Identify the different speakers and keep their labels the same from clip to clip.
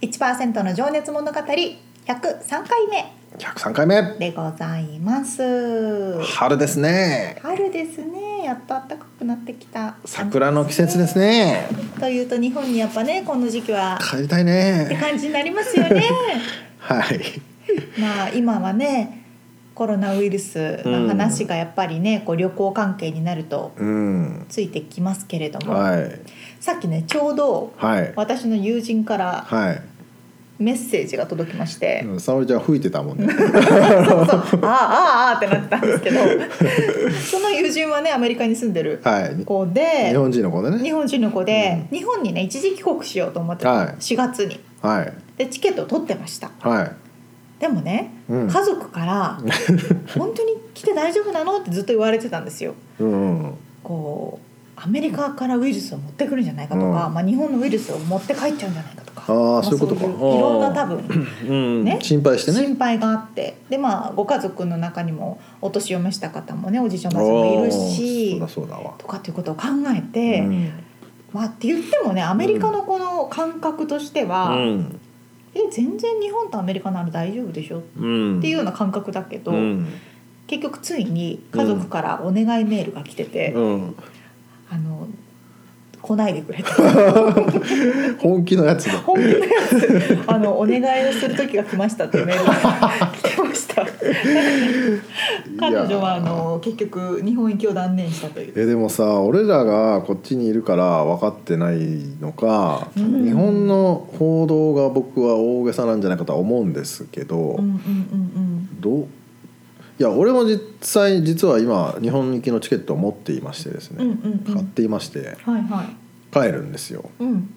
Speaker 1: 1%の情熱物語103回目
Speaker 2: 103回目
Speaker 1: でございます
Speaker 2: 春ですね
Speaker 1: 春ですねやっと暖かくなってきた
Speaker 2: 桜の季節ですね
Speaker 1: というと日本にやっぱねこの時期は
Speaker 2: 帰りたい
Speaker 1: って
Speaker 2: ね
Speaker 1: 感じになりますよ ね
Speaker 2: はい
Speaker 1: まあ今はねコロナウイルスの話がやっぱりね、こう旅行関係になると
Speaker 2: うん
Speaker 1: ついてきますけれども、
Speaker 2: はい
Speaker 1: さっきねちょうど
Speaker 2: はい
Speaker 1: 私の友人から
Speaker 2: はい
Speaker 1: メッセージが届きまして、
Speaker 2: うん沙織ちゃん吹いてたも んね
Speaker 1: そうそうああああああってなってたんですけど その友人はねアメリカに住んでる
Speaker 2: はい
Speaker 1: 子で
Speaker 2: 日本人の子で
Speaker 1: 日
Speaker 2: ね
Speaker 1: 本人の子で、日本にね一時帰国しようと思ってた、
Speaker 2: はい
Speaker 1: 4月に
Speaker 2: はい
Speaker 1: でチケットを取ってました
Speaker 2: はい
Speaker 1: でもね、
Speaker 2: うん
Speaker 1: 家族 から「本当に来て大丈夫なの?」ってずっと言われてたんですよ。
Speaker 2: うんうん
Speaker 1: こうアメリカからウイルスを持ってくるんじゃないかとか、
Speaker 2: うん
Speaker 1: まあ、日本のウイルスを持って帰っちゃうんじゃないかとか
Speaker 2: あー
Speaker 1: ま
Speaker 2: そういうことか
Speaker 1: いろん
Speaker 2: あ
Speaker 1: な
Speaker 2: ー
Speaker 1: 多分
Speaker 2: うん
Speaker 1: ね
Speaker 2: 心配してね
Speaker 1: 心配があってでまあご家族の中にもお年を召した方もねおじいちゃんおばあちゃんもいるし
Speaker 2: あーそうだそうだわ
Speaker 1: とかっていうことを考えて、
Speaker 2: うん
Speaker 1: まあって言ってもねアメリカのこの感覚としては、
Speaker 2: うん
Speaker 1: え全然日本とアメリカなら大丈夫でしょっ
Speaker 2: うん
Speaker 1: ていうような感覚だけど、
Speaker 2: うん
Speaker 1: 結局ついに家族からお願いメールが来てて、
Speaker 2: うん
Speaker 1: あの来ないでくれと
Speaker 2: 本気のやつだ
Speaker 1: 本気のやつあのお願いをする時が来ましたっていうメールが来てました。彼女はい
Speaker 2: や
Speaker 1: あの結局日本行きを断念したという。
Speaker 2: えでもさ俺らがこっちにいるから分かってないのか、
Speaker 1: うん
Speaker 2: 日本の報道が僕は大げさなんじゃないかとは思うんですけど、
Speaker 1: うんうんうん
Speaker 2: どういや俺も実際実は今日本行きのチケットを持っていましてです
Speaker 1: うん。うん
Speaker 2: ね、
Speaker 1: うんうん。
Speaker 2: 買っていまして
Speaker 1: はいはい。
Speaker 2: 帰るんですよ
Speaker 1: うん。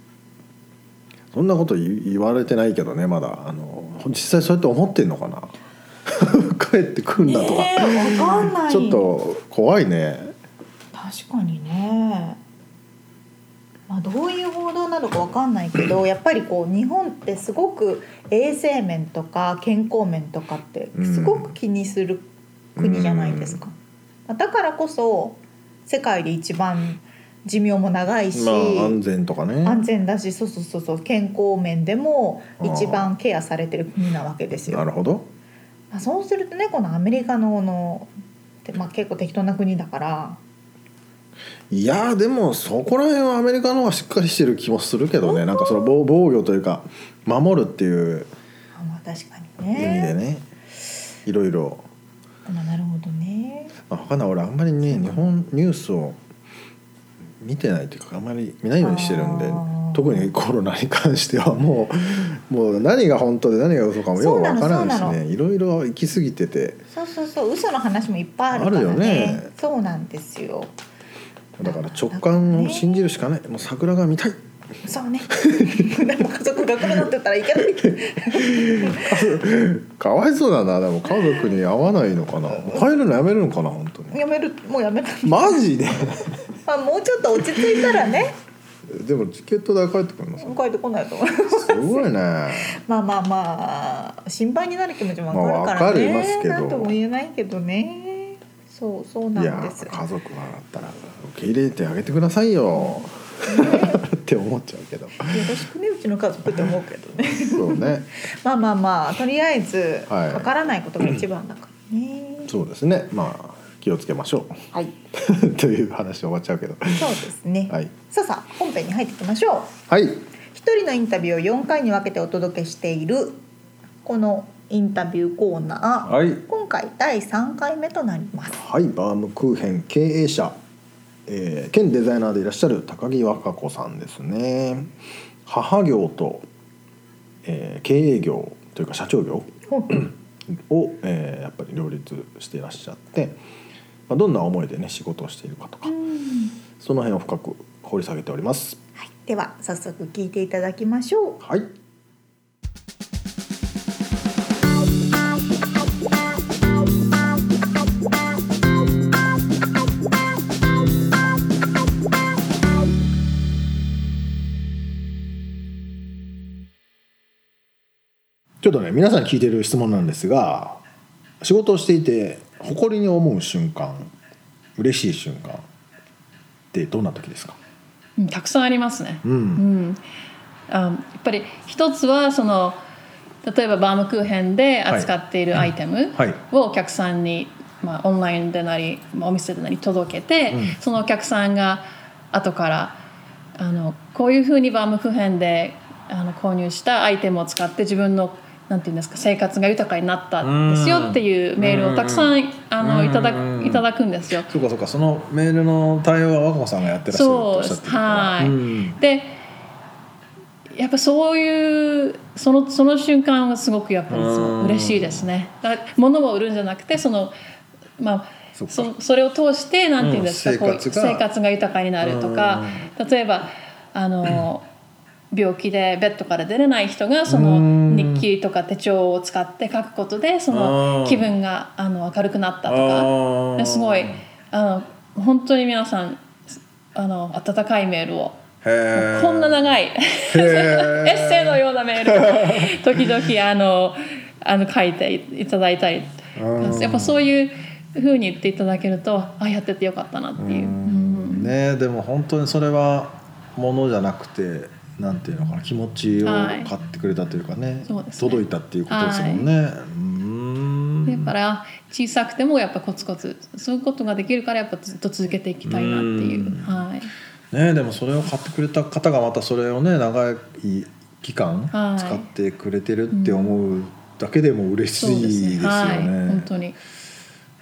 Speaker 2: そんなこと言言われてないけどねまだあの実際そうやって思ってんのかな 帰ってくんだとか、
Speaker 1: えーわかんない。
Speaker 2: ちょっ。と怖いね
Speaker 1: 確かにね。まあ、どういう報道なのかわかんないけ どやっぱりこう日本ってすごく衛生面とか健康面とかってすごく気にする国じゃないですか、だからこそ世界で一番寿命も長いし、
Speaker 2: まあ安全とかね
Speaker 1: 安全だしそうそうそうそう健康面でも一番ケアされてる国なわけですよ。
Speaker 2: なるほど
Speaker 1: まあ、そうするとねこのアメリカのこの、でまあ、結構適当な国だから、
Speaker 2: いやーでもそこら辺はアメリカの方がしっかりしてる気もするけどねなんかその防防御というか守るっていう
Speaker 1: あまあ、確かに
Speaker 2: 意味で
Speaker 1: ね。
Speaker 2: ね、いろいろ
Speaker 1: まあ、なるほどね。
Speaker 2: あ分かんない俺あんまりね日本ニュースを見てないというかあんまり見ないようにしてるんで
Speaker 1: あー
Speaker 2: 特にコロナに関してはもうもう何が本当で何が嘘かもよ
Speaker 1: そう
Speaker 2: う
Speaker 1: なの
Speaker 2: 分からんし
Speaker 1: そうな
Speaker 2: ねいろいろ行き過ぎてて
Speaker 1: そうそうそう嘘の話もいっぱいあるから
Speaker 2: あるよ
Speaker 1: ね。
Speaker 2: ね
Speaker 1: そうなんですよ。
Speaker 2: だから直感を信じるしかないもう桜が見たい
Speaker 1: そうね。 でも家族が来るなって言ったらいけない。
Speaker 2: かわいそうだなでも家族に会わないのかなもう帰るのやめるのかな本当に
Speaker 1: やめるもうやめた。
Speaker 2: マジで
Speaker 1: まあもうちょっと落ち着いたらね
Speaker 2: でもチケット代帰ってくるのさ
Speaker 1: 帰ってこないと思う。
Speaker 2: すごいね
Speaker 1: まあまあまあ心配になる気持ちもわかる
Speaker 2: ま
Speaker 1: か
Speaker 2: あ
Speaker 1: ら
Speaker 2: わか
Speaker 1: ね、
Speaker 2: りますけど
Speaker 1: なんとも言えないけどねそうそう
Speaker 2: い
Speaker 1: なん
Speaker 2: や
Speaker 1: です
Speaker 2: 家族はだったら受け入れてあげてくださいよ って思っちゃうけど
Speaker 1: よろしくねうちの家族って思うけどね
Speaker 2: そうね
Speaker 1: まあまあまあとりあえず
Speaker 2: はい
Speaker 1: わからないことが一番だからね
Speaker 2: そうですねまあ気をつけましょ
Speaker 1: はい、
Speaker 2: う という話で終わっちゃうけど
Speaker 1: そうですね、
Speaker 2: はい
Speaker 1: さあさあ本編に入っていきましょう
Speaker 2: はい
Speaker 1: 一人のインタビューを4回に分けてお届けしているこのインタビューコーナー、
Speaker 2: はい
Speaker 1: 今回第3回目となります
Speaker 2: はいバームクーヘン経営者、えー兼デザイナーでいらっしゃる高木和歌子さんですね母業と、えー経営業というか社長業を、えーやっぱり両立していらっしゃって、まあ、どんな思いでね仕事をしているかとか、その辺を深く掘り下げております
Speaker 1: はい、では早速聞いていただきましょう
Speaker 2: はいちょっとね皆さんに聞いてる質問なんですが仕事をしていて誇りに思う瞬間嬉しい瞬間ってどんな時ですか、
Speaker 3: うんたくさんありますね。
Speaker 2: う
Speaker 3: うんん、あやっぱり一つはその例えばバームクーヘンで扱っているアイテム
Speaker 2: はい
Speaker 3: をお客さんに、まあ、オンラインでなり、まあ、お店でなり届けて、
Speaker 2: うん
Speaker 3: そのお客さんが後からあのこういうふうにバームクーヘンであの購入したアイテムを使って自分のなんていうんですか生活が豊かになったんですよっていうメールをたくさん、あのいただ
Speaker 2: うん
Speaker 3: くいただくんですよ。
Speaker 2: そうかそうかそのメールの対応は和子さんがやってらっしゃるとおっしゃってるから
Speaker 3: そう
Speaker 2: うん
Speaker 3: でやっぱそういうそのその瞬間はすごくやっぱりいつも嬉しいですね。だから物を売るんじゃなくてそのまあ
Speaker 2: そっか
Speaker 3: そそれを通してなんて言うんですか、
Speaker 2: うん
Speaker 3: こう
Speaker 2: 生活が
Speaker 3: 生活が豊かになるとか例えば あの、病気でベッドから出れない人がそうの
Speaker 2: ん
Speaker 3: 日記とか手帳を使って書くことでそ
Speaker 2: うん
Speaker 3: の気分があの明るくなったとかですごい
Speaker 2: へ
Speaker 3: あの本当に皆さんあの温かいメールを
Speaker 2: え
Speaker 3: こんな長いエ
Speaker 2: へ
Speaker 3: ッセイのようなメールを時々あのあの書いていただいたり
Speaker 2: うん
Speaker 3: やっぱそういうふうに言っていただけるとあやっててよかったなっていう。うん
Speaker 2: ねでも本当にそれはものじゃなくてなんていうのかな気持ちを
Speaker 3: はい
Speaker 2: 買ってくれたというかね,、
Speaker 3: そうですね
Speaker 2: 届いたっていうことですもんね、うん
Speaker 3: だから小さくてもやっぱコツコツそういうことができるからやっぱずっと続けていきたいなっていうう、
Speaker 2: ん
Speaker 3: はい、
Speaker 2: ねでもそれを買ってくれた方がまたそれをね長い期間
Speaker 3: はい
Speaker 2: 使ってくれてるって思うだけでも嬉し
Speaker 3: そう
Speaker 2: いですよね。
Speaker 3: はい、本当に
Speaker 2: い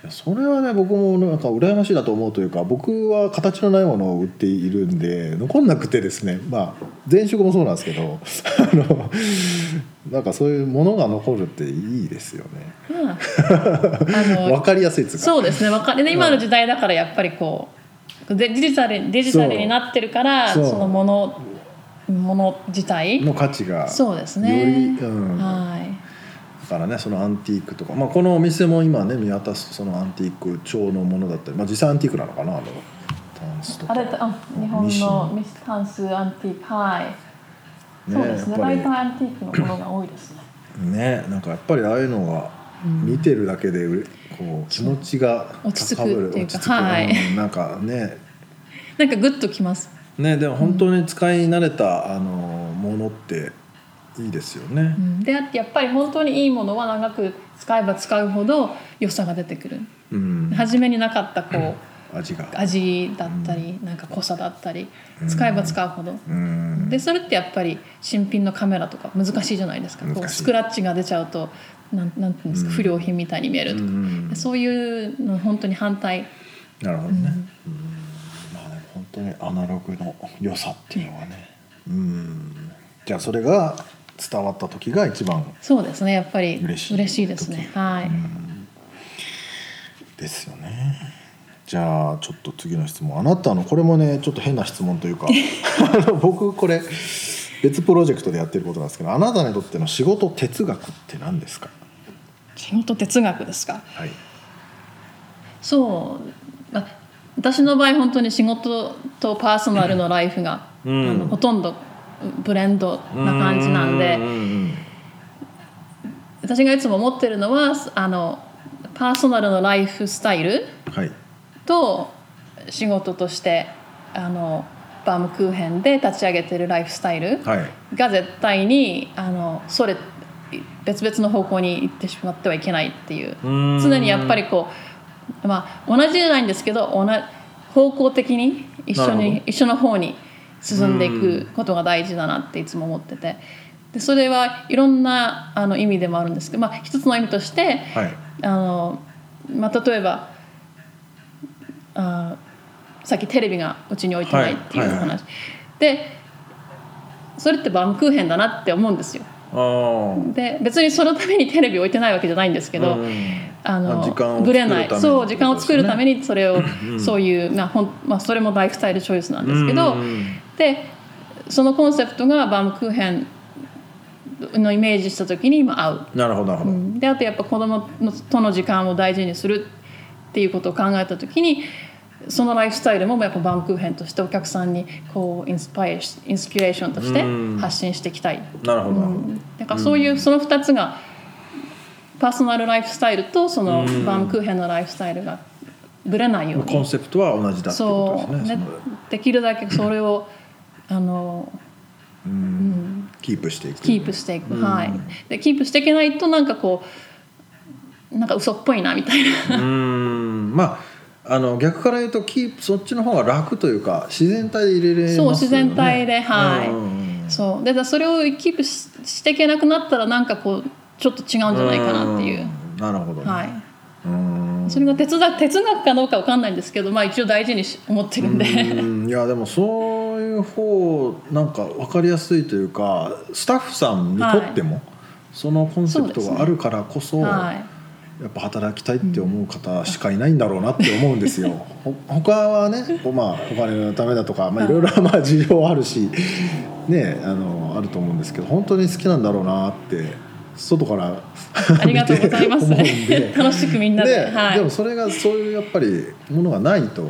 Speaker 2: やそれはね僕もなんか羨ましいなと思うというか僕は形のないものを売っているんで残んなくてですねまあ前職もそうなんですけど あのなんかそういうものが残るっていいですよね
Speaker 3: ま ああの
Speaker 2: 分かりやすいです
Speaker 3: そうですねわかるね今の時代だからやっぱりこうでデジタルデジタルになってるから
Speaker 2: そ
Speaker 3: そうのものもの自体
Speaker 2: の価値が
Speaker 3: そうですね
Speaker 2: より、うん、だ
Speaker 3: はい
Speaker 2: からねそのアンティークとか、まあ、このお店も今ね見渡すとそのアンティーク調のものだったり、まあ、実際アンティークなのかなあのタンスとか
Speaker 3: あれあ日本のミスタンスアンティークはい、
Speaker 2: ね
Speaker 3: そうですね
Speaker 2: やっぱ
Speaker 3: 大
Speaker 2: り
Speaker 3: 体アンティークのものが多いですね
Speaker 2: ねなんかやっぱりああいうのが見てるだけでうれこう気持ちが
Speaker 3: 落ち着く
Speaker 2: 高ぶる
Speaker 3: っていうか
Speaker 2: 落ち着く
Speaker 3: はい
Speaker 2: うんなんかね
Speaker 3: なんかグッときます
Speaker 2: ねでも本当に使い慣れたあのものっていいですよね
Speaker 3: う。んであってやっぱり本当にいいものは長く使えば使うほど良さが出てくる
Speaker 2: うん、
Speaker 3: 初めになかったこう
Speaker 2: 味が。
Speaker 3: 味だったりなんか濃さだったり
Speaker 2: うん
Speaker 3: 使えば使うほど
Speaker 2: うん
Speaker 3: でそれってやっぱり新品のカメラとか難しいじゃないですかこ
Speaker 2: 難
Speaker 3: う
Speaker 2: しい
Speaker 3: スクラッチが出ちゃうとなんなんていうんですか
Speaker 2: うん
Speaker 3: 不良品みたいに見える
Speaker 2: う
Speaker 3: とか、
Speaker 2: ん
Speaker 3: でそういうの本当に反対
Speaker 2: なるほどね。うんまあでも本当にアナログの良さっていうのはね。うんじゃあそれが伝わった時が一番
Speaker 3: そうですねやっぱり
Speaker 2: 嬉しい
Speaker 3: 嬉しいですねはい、
Speaker 2: ですよねじゃあちょっと次の質問あなたのこれもねちょっと変な質問という かあの僕これ別プロジェクトでやってることなんですけどあなたにとっての仕事哲学って何ですか
Speaker 3: 仕事哲学ですか
Speaker 2: はい
Speaker 3: そうあ私の場合本当に仕事とパーソナルのライフが、
Speaker 2: うん
Speaker 3: あのほとんどブレンドな感じなんで。私がいつも思ってるのはあのパーソナルのライフスタイル
Speaker 2: はい
Speaker 3: と仕事としてあのバームクーヘンで立ち上げてるライフスタイル
Speaker 2: はい
Speaker 3: が絶対にあのそれ別々の方向に行ってしまってはいけないっていう
Speaker 2: うん
Speaker 3: 常にやっぱりこう、まあ、同じじゃないんですけど同じ方向的に一
Speaker 2: な
Speaker 3: 緒
Speaker 2: る
Speaker 3: に
Speaker 2: ほ
Speaker 3: 一緒の方に進んでいくことが大事だなっていつも思っててでそれはいろんなあの意味でもあるんですけど、まあ、一つの意味として
Speaker 4: はい
Speaker 3: あの、まあ、例えばあーさっきテレビがうちに置いてないっていう話、
Speaker 2: はいはい
Speaker 3: でそれってバームクーヘンだなって思うんですよ
Speaker 2: あー
Speaker 3: で別にそのためにテレビ置いてないわけじゃないんですけど、
Speaker 2: うん
Speaker 3: あの
Speaker 2: あ時間を
Speaker 3: ぶれない
Speaker 2: 作るために
Speaker 3: そう時間を作るためにそれを、
Speaker 2: うん
Speaker 3: そういう、まあほんまあ、それもライフスタイルチョイスなんですけど、
Speaker 2: うんうん
Speaker 3: でそのコンセプトがバームクーヘンのイメージした時に今合う
Speaker 2: なるほどなるほど、
Speaker 3: であとやっぱ子供のとの時間を大事にするっていうことを考えた時にそのライフスタイルもやっぱバンクーヘンとしてお客さんにこうインスパイアしインスピレーションとして
Speaker 2: うん
Speaker 3: 発信していきたい、
Speaker 2: なるほどなるほど、
Speaker 3: だからそういうその2つがパーソナルライフスタイルとその
Speaker 2: うん
Speaker 3: バンクーヘンのライフスタイルがぶれないよう
Speaker 2: コン
Speaker 3: に
Speaker 2: セプトは同じだってこ
Speaker 3: そ
Speaker 2: と
Speaker 3: う
Speaker 2: ですね
Speaker 3: ね
Speaker 2: その
Speaker 3: できるだけそれをあの
Speaker 2: うんキープしていく
Speaker 3: キープしていく、
Speaker 2: うん
Speaker 3: はいでキープしていけないとなんかこうなんか嘘っぽいなみたいな
Speaker 2: うーんまああの逆から言うとキープそっちの方が楽というか自然体で入れれますよ
Speaker 3: そう
Speaker 2: ね
Speaker 3: 自然体ではい
Speaker 2: うんうんうん
Speaker 3: そうでだからそれをキープししていけなくなったらなんかこうちょっと違うんじゃないかなっていう、
Speaker 2: んなるほどね、
Speaker 3: は
Speaker 2: うーん
Speaker 3: い、それが哲学哲学かどうかわかんないんですけど、まあ、一応大事にし思ってるんで
Speaker 2: うんいやでもそういう方なんか分かりやすいというかスタッフさんにとっても、そのコンセプトがあるからこそ、
Speaker 3: はい
Speaker 2: やっぱ働きたいって思う方しかいないんだろうなって思うんですよ。ほ他はね、こうまあお金のためだとか、まあいろいろまあ事情はあるし、ねあのあると思うんですけど、本当に好きなんだろうなって外から
Speaker 3: ありがとうございます
Speaker 2: 見て 思うんで
Speaker 3: 楽しくみんなで、
Speaker 2: ね
Speaker 3: はい
Speaker 2: でもそれがそういうやっぱりものがないと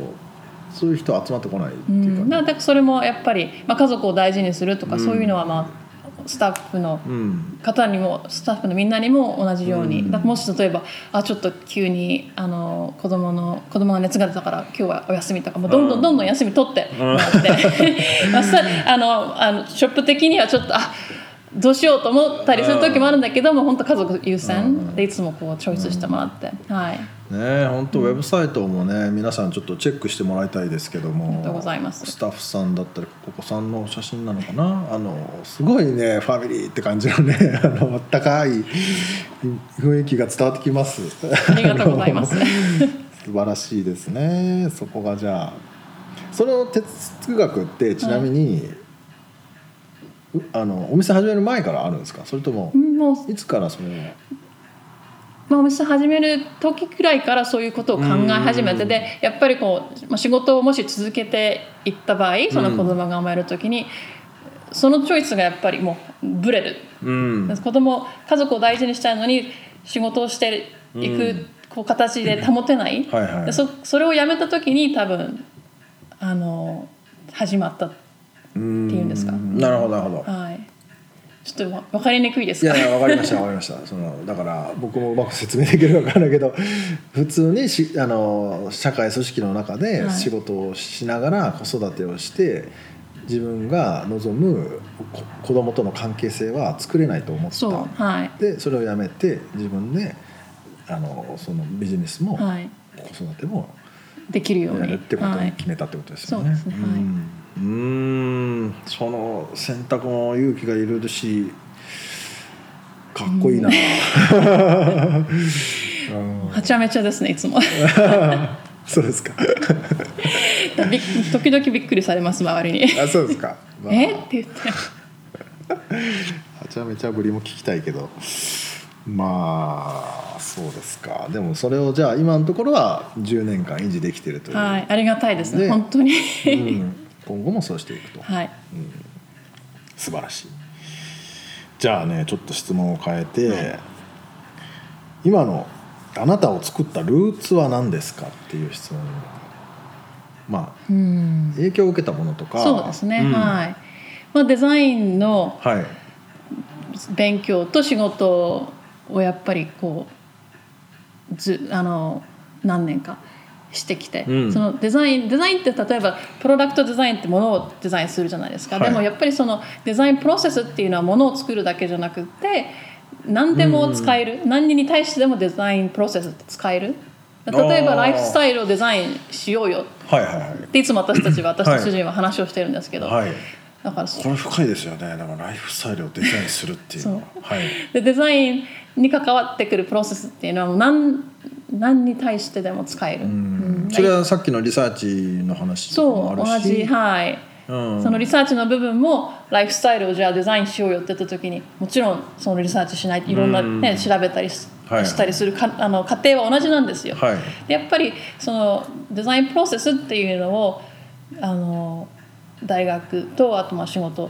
Speaker 2: そういう人は集まってこないって
Speaker 3: う、
Speaker 2: いうんか、
Speaker 3: だ
Speaker 2: ね
Speaker 3: からそれもやっぱり、まあ、家族を大事にするとか、そういうのは、まあ、スタッフの
Speaker 2: うん、
Speaker 3: 方にもスタッフのみんなにも同じように、
Speaker 2: うん
Speaker 3: だからもし例えばあちょっと急にあの子供の子供が熱が出たから今日はお休みとかもうどんど
Speaker 2: うん
Speaker 3: んどんどん休み取ってもらって、 まあさあのあのショップ的にはちょっとあどうしようと思ったりする時もあるんだけども本当家族優先でいつもこうチョイスしてもらって、 はい
Speaker 2: ね本当ウェブサイトもね皆さんちょっとチェックしてもらいたいですけども、
Speaker 3: ありがとうございます
Speaker 2: スタッフさんだったりお子さんの写真なのかなあのすごいねファミリーって感じのね あのたかい雰囲気が伝わってきます
Speaker 3: ありがとうございます
Speaker 2: 素晴らしいですねそこがじゃあその哲学ってちなみに、うあのお店始める前からあるんですかそれとも
Speaker 3: もう、
Speaker 2: いつからそれを
Speaker 3: まあ、お店始める時くらいからそういうことを考え始めて
Speaker 2: うん
Speaker 3: でやっぱりこう、まあ、仕事をもし続けていった場合その子供が生まれる時に、そのチョイスがやっぱりもうブレる
Speaker 2: うん
Speaker 3: 子供家族を大事にしたいのに仕事をしていく、
Speaker 2: うん
Speaker 3: こう形で保てない
Speaker 2: はいはい
Speaker 3: でそそれをやめた時に多分あの始まった、
Speaker 2: うん
Speaker 3: っていうんですか
Speaker 2: なるほどなるほど、
Speaker 3: はい、ちょっと分かりにくいで
Speaker 2: い
Speaker 3: すか
Speaker 2: やいやわかりましたわかりましたそのだから僕もうまく説明できるかわからないけど普通にしあの社会組織の中で
Speaker 3: はい
Speaker 2: 仕事をしながら子育てをして自分が望むこ子供との関係性は作れないと思っ
Speaker 3: そう
Speaker 2: た
Speaker 3: はい
Speaker 2: でそれをやめて自分であのそのビジネスも
Speaker 3: はい
Speaker 2: 子育ても
Speaker 3: できるよう
Speaker 2: や
Speaker 3: に
Speaker 2: るってこと
Speaker 3: は
Speaker 2: に
Speaker 3: い
Speaker 2: 決めたってことですよね。
Speaker 3: はいそうですねはい
Speaker 2: うんうーんその選択も勇気がいるしかっこいいな。うん
Speaker 3: はちゃめちゃですねいつも
Speaker 2: そうですか。
Speaker 3: びっ時々びっくりされます周りに
Speaker 2: あそうですか。まあ
Speaker 3: えって言って
Speaker 2: はちゃめちゃぶりも聞きたいけどまあそうですかでもそれをじゃあ今のところは10年間維持できてるという、
Speaker 3: はいありがたいですね
Speaker 2: ね
Speaker 3: 本当に
Speaker 2: うん今後もそうしてい くと、
Speaker 3: はい
Speaker 2: 素晴らしいじゃあねちょっと質問を変えて、今のあなたを作ったルーツは何ですかっていう質問まあ
Speaker 3: うん
Speaker 2: 影響を受けたものとか
Speaker 3: そうですね、
Speaker 2: ん
Speaker 3: はい、まあ、デザインの
Speaker 2: はい
Speaker 3: 勉強と仕事をやっぱりこうずあの何年かしてきて、
Speaker 2: うん
Speaker 3: そのデザインデザインって例えばプロダクトデザインってものをデザインするじゃないですか、
Speaker 2: はい
Speaker 3: でもやっぱりそのデザインプロセスっていうのはものを作るだけじゃなくて何でも使える、何に対してでもデザインプロセスって使える例えば
Speaker 2: あー
Speaker 3: ライフスタイルをデザインしようよ
Speaker 2: はいはい
Speaker 3: っていつも私たちは私と
Speaker 2: はい
Speaker 3: 主人は話をしてるんですけど、
Speaker 2: はいはい
Speaker 3: だからそ
Speaker 2: これ深いですよねだからライフスタイルをデザインするっていうのははい
Speaker 3: でデザインに関わってくるプロセスっていうのはもう何何に対してでも使える、
Speaker 2: うんそれはさっきのリサーチの話と
Speaker 3: そ
Speaker 2: か
Speaker 3: う
Speaker 2: も
Speaker 3: 同
Speaker 2: あるし
Speaker 3: じはい、
Speaker 2: うん
Speaker 3: そのリサーチの部分もライフスタイルをじゃあデザインしようよって言った時にもちろんそのリサーチしないいろんな、ね
Speaker 2: うん
Speaker 3: 調べたりし,、
Speaker 2: はい
Speaker 3: たりするかあの過程は同じなんですよ、
Speaker 2: はい
Speaker 3: でやっぱりそのデザインプロセスっていうのをあの大学とあとまあ仕事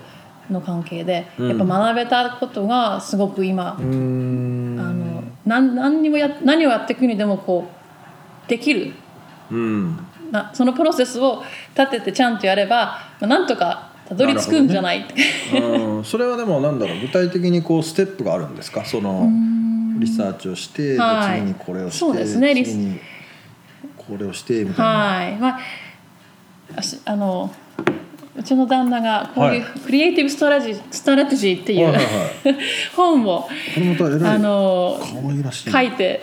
Speaker 3: の関係で、
Speaker 2: うん
Speaker 3: やっぱ学べたことがすごく今、
Speaker 2: うーん
Speaker 3: あのなん何にもや何をやっていくにでもこうできる
Speaker 2: うん
Speaker 3: なそのプロセスを立ててちゃんとやれば、まあ、なんとかたどり着くんじゃない
Speaker 2: うんそれはでもなんだろう具体的にこうステップがあるんですかそのリサーチをして、で
Speaker 3: はい
Speaker 2: 次にこれをして
Speaker 3: そうですねリス
Speaker 2: 次にこれをしてみたいな、
Speaker 3: はい、まあ、あしあのうちの旦那がこういう
Speaker 2: は
Speaker 3: クリエイティブストラジストラテジーっていう、
Speaker 2: はいはい
Speaker 3: 本を
Speaker 2: これまたえらい
Speaker 3: あの
Speaker 2: 可愛らしい
Speaker 3: 書いて、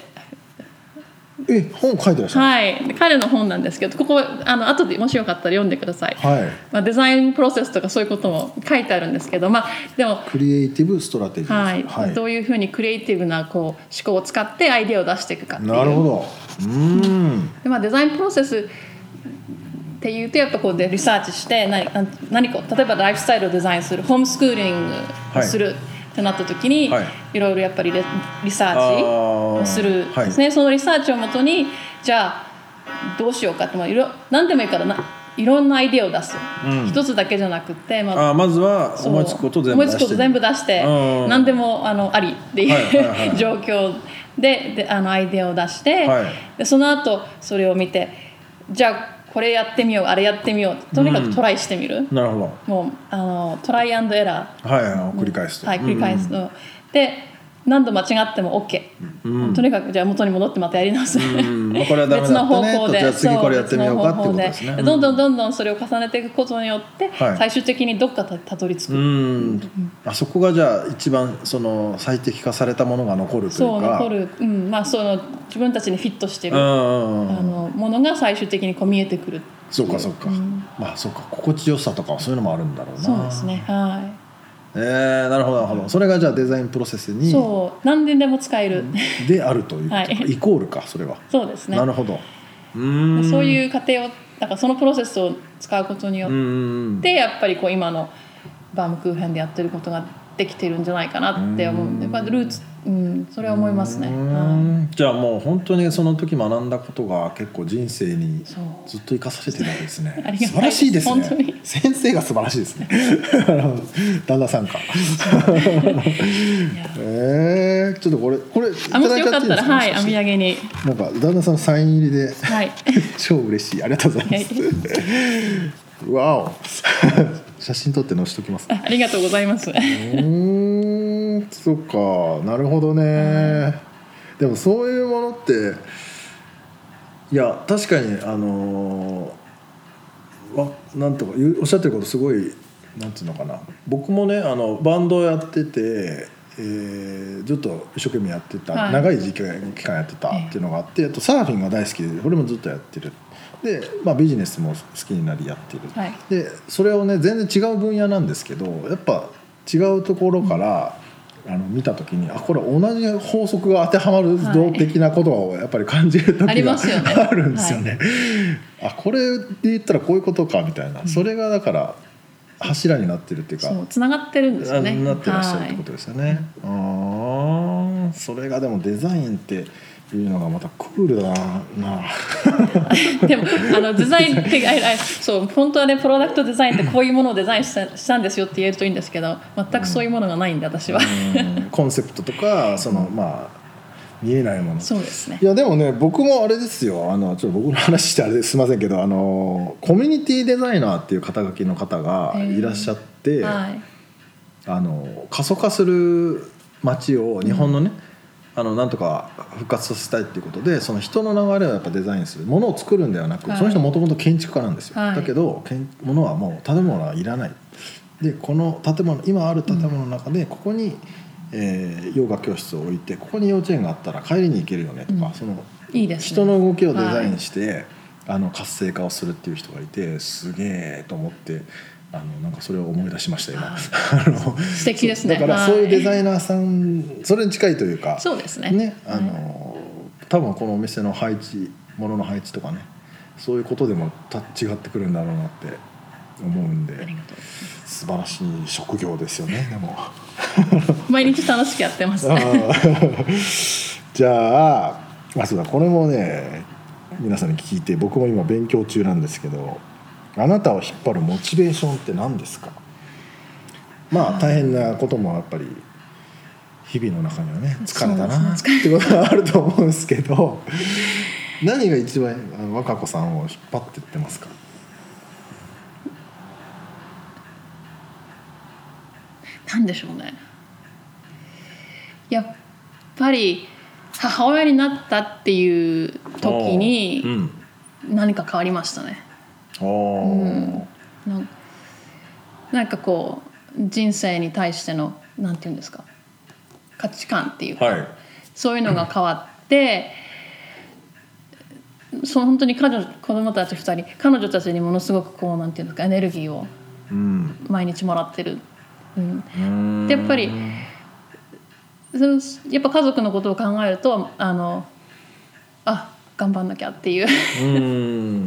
Speaker 2: え本書いてらっしゃ
Speaker 3: はい、で彼の本なんですけどここあの後でもしよかったら読んでください、
Speaker 2: るはい、
Speaker 3: まあ、デザインプロセスとかそういうことも書いてあるんですけど、まあ、でも
Speaker 2: クリエイティブストラテジー
Speaker 3: はい
Speaker 2: ですはい
Speaker 3: どういうふうにクリエイティブなこう思考を使ってアイデアを出していくかっていう
Speaker 2: なるほどうーん
Speaker 3: で、まあ、デザインプロセスっていうとやっぱこうでリサーチして何何何か例えばライフスタイルをデザインするホームスクーリングをする、ってなった時に、
Speaker 2: はい
Speaker 3: い、ろいろやっぱりレリサ
Speaker 2: あ
Speaker 3: ー
Speaker 2: ー
Speaker 3: チをする
Speaker 2: はい
Speaker 3: ですね、そのリサーチをもとにじゃあどうしようかって、まあ、いろ何でもいいからないろんなアイデアを出す、
Speaker 2: うん
Speaker 3: 一つだけじゃなくて、まあ、
Speaker 2: あーまずは
Speaker 3: そう
Speaker 2: 思いつくこと全部出して
Speaker 3: 思いつくこと全部出して
Speaker 2: うん
Speaker 3: 何でもあのありっていう、
Speaker 2: はいはいはい
Speaker 3: 状況でであのアイデアを出して、
Speaker 2: はい
Speaker 3: でその後それを見てじゃあこれやってみようあれやってみようとにか
Speaker 2: うん
Speaker 3: くトライしてみる、
Speaker 2: なるほど
Speaker 3: もうあのトライアンドエラ
Speaker 2: はいはい繰り返す
Speaker 3: ー、
Speaker 2: と
Speaker 3: はい、繰り返すの、で何度間違っても OK、
Speaker 2: うん
Speaker 3: とにかくじゃあ元に戻ってまたやり直す、
Speaker 2: うんまあこれはダメだったねじゃあ次これやってみようかってことですね
Speaker 3: そう別
Speaker 2: う
Speaker 3: の方法
Speaker 2: ん
Speaker 3: どんどんどんどんそれを重ねていくことによって、
Speaker 2: はい
Speaker 3: 最終的にどっかたたどり着く、
Speaker 2: うんあそこがじゃあ一番その最適化されたものが残るとい
Speaker 3: そう
Speaker 2: うか
Speaker 3: 残る、うんまあ、その自分たちにフィットして
Speaker 2: う
Speaker 3: る、あ
Speaker 2: んうんうん
Speaker 3: のものが最終的にこう見えてくる
Speaker 2: そうかそうか、まあそうか心地よさとかはそういうのもあるんだろうな
Speaker 3: そうですねは
Speaker 2: えー、なるほどなるほどそれがじゃあデザインプロセス
Speaker 3: い、
Speaker 2: に
Speaker 3: そう何ででも使える、
Speaker 2: であるということか、
Speaker 3: はい
Speaker 2: イコールかそれは、
Speaker 3: そうですね
Speaker 2: なるほどうーん
Speaker 3: そう
Speaker 2: う
Speaker 3: いう過程をだからそのプロセスを使うことによ
Speaker 2: んう
Speaker 3: っ
Speaker 2: ん
Speaker 3: て、やっぱりこう今のバームクーヘンでやってることができてるんじゃないかなって思うんで、
Speaker 2: うん
Speaker 3: まあ、ルーツ、うん、それは思いますね、
Speaker 2: う
Speaker 3: は
Speaker 2: んじゃあもう本当にその時学んだことが結構人生に
Speaker 3: い、そう
Speaker 2: ずっと生かされてるわけですね
Speaker 3: あり
Speaker 2: 素
Speaker 3: がたいです
Speaker 2: 晴らしいですね
Speaker 3: 本当に
Speaker 2: 先生が素晴らしいです ねあの旦那さんかえー、ちょっとこれこれい
Speaker 3: あ
Speaker 2: た
Speaker 3: も
Speaker 2: だ
Speaker 3: し
Speaker 2: い
Speaker 3: よ
Speaker 2: ちゃ
Speaker 3: か
Speaker 2: ってい
Speaker 3: っ
Speaker 2: いです
Speaker 3: た
Speaker 2: か
Speaker 3: らはいお土産に
Speaker 2: なんか旦那さんサイン入り で
Speaker 3: はい
Speaker 2: 超嬉しいありがとうございます わお写真撮って載せときます
Speaker 3: ありがとうございます
Speaker 2: うーんそっかなるほどね、でもそういうものっていや確かにあのーわなんとか言うおっしゃってることすごいなんていうのかな僕もねあのバンドをやってて、えーずっと一生懸命やってた、
Speaker 3: はい
Speaker 2: 長い時期期間やってたっていうのがあってあとサーフィンが大好きでこれもずっとやってるで、まあ、ビジネスも好きになりやってる、
Speaker 3: はい
Speaker 2: でそれをね全然違う分野なんですけどやっぱ違うところから、あの見た時にあこれ同じ法則が当てはまる
Speaker 3: は
Speaker 2: ぞ
Speaker 3: い
Speaker 2: 的なことをやっぱり感じる時が
Speaker 3: ありますよね
Speaker 2: あるんですよね。あこれで言ったらこういうことかみたいな、それがだから柱になってるっていうか
Speaker 3: そう、つながってるんですよね。
Speaker 2: あなってらっしゃるってことですよね。あーそれがでもデザインっていうのがまたクールだななあ。
Speaker 3: はい でも、あのデザインって、 ああそう、本当はね、プロダクトデザインって、こういうものをデザインした、したんですよって言えるといいんですけど。全くそういうものがないんで、私は。
Speaker 2: うんコンセプトとかそのまあ見えないもの
Speaker 3: そうですね
Speaker 2: い。やでもね僕もあれですよあのちょっと僕の話してあれですいませんけどあのコミュニティデザイナーっていう肩書きの方がいらっしゃって、
Speaker 3: はい。
Speaker 2: あの過疎化する街を日本のね、あのなんとか復活させたいっていうことでその人の流れをやっぱデザインするものを作るんではなく、
Speaker 3: はい
Speaker 2: その人もともと建築家なんですよ、
Speaker 3: はい
Speaker 2: だけどけんものはもう建物はいらないでこの建物今ある建物の中でここに、えーヨガ教室を置いてここに幼稚園があったら帰りに行けるよねとか、
Speaker 3: うん
Speaker 2: その
Speaker 3: いいです、ね。
Speaker 2: 人の動きをデザインして、あの活性化をするっていう人がいてすげえと思ってあのなんかそれを思い出しました今。
Speaker 3: あ
Speaker 2: あの
Speaker 3: 素敵ですね
Speaker 2: だから
Speaker 3: はい
Speaker 2: そういうデザイナーさん、それに近いというか。
Speaker 3: そうですね
Speaker 2: ね、あ
Speaker 3: はい
Speaker 2: の、多分このお店の配置、ものの配置とかね。そういうことでも、た、違ってくるんだろうなって。思うんで
Speaker 3: あり。がとうございます
Speaker 2: 素晴らしい職業ですよね。でも。
Speaker 3: 毎日楽しくやってます
Speaker 2: あー じゃああそうだこれもね皆さんに聞いて僕も今勉強中なんですけどあなたを引っ張るモチベーションって何ですかまあ大変なこともやっぱり日々の中にはね疲れたなっ
Speaker 3: そう
Speaker 2: てことがあると思うんですけど何が一番あの若子さんを引っ張ってってますか
Speaker 3: なんでしょうねやっぱり母親になったっていう時
Speaker 2: う
Speaker 3: に
Speaker 2: ん
Speaker 3: 何か変わりましたね、
Speaker 2: あー
Speaker 3: なんなんかこう人生に対してのなんていうんですか価値観っていうか、
Speaker 2: はい
Speaker 3: そういうのが変わって、そう本当に彼女子供たち2人彼女たちにものすごくこうなんていうんですかエネルギーを
Speaker 2: うん
Speaker 3: 毎日もらってる、うん、
Speaker 2: うん
Speaker 3: でやっぱりそうやっぱ家族のことを考えるとあのあ頑張んなきゃっていう
Speaker 2: うん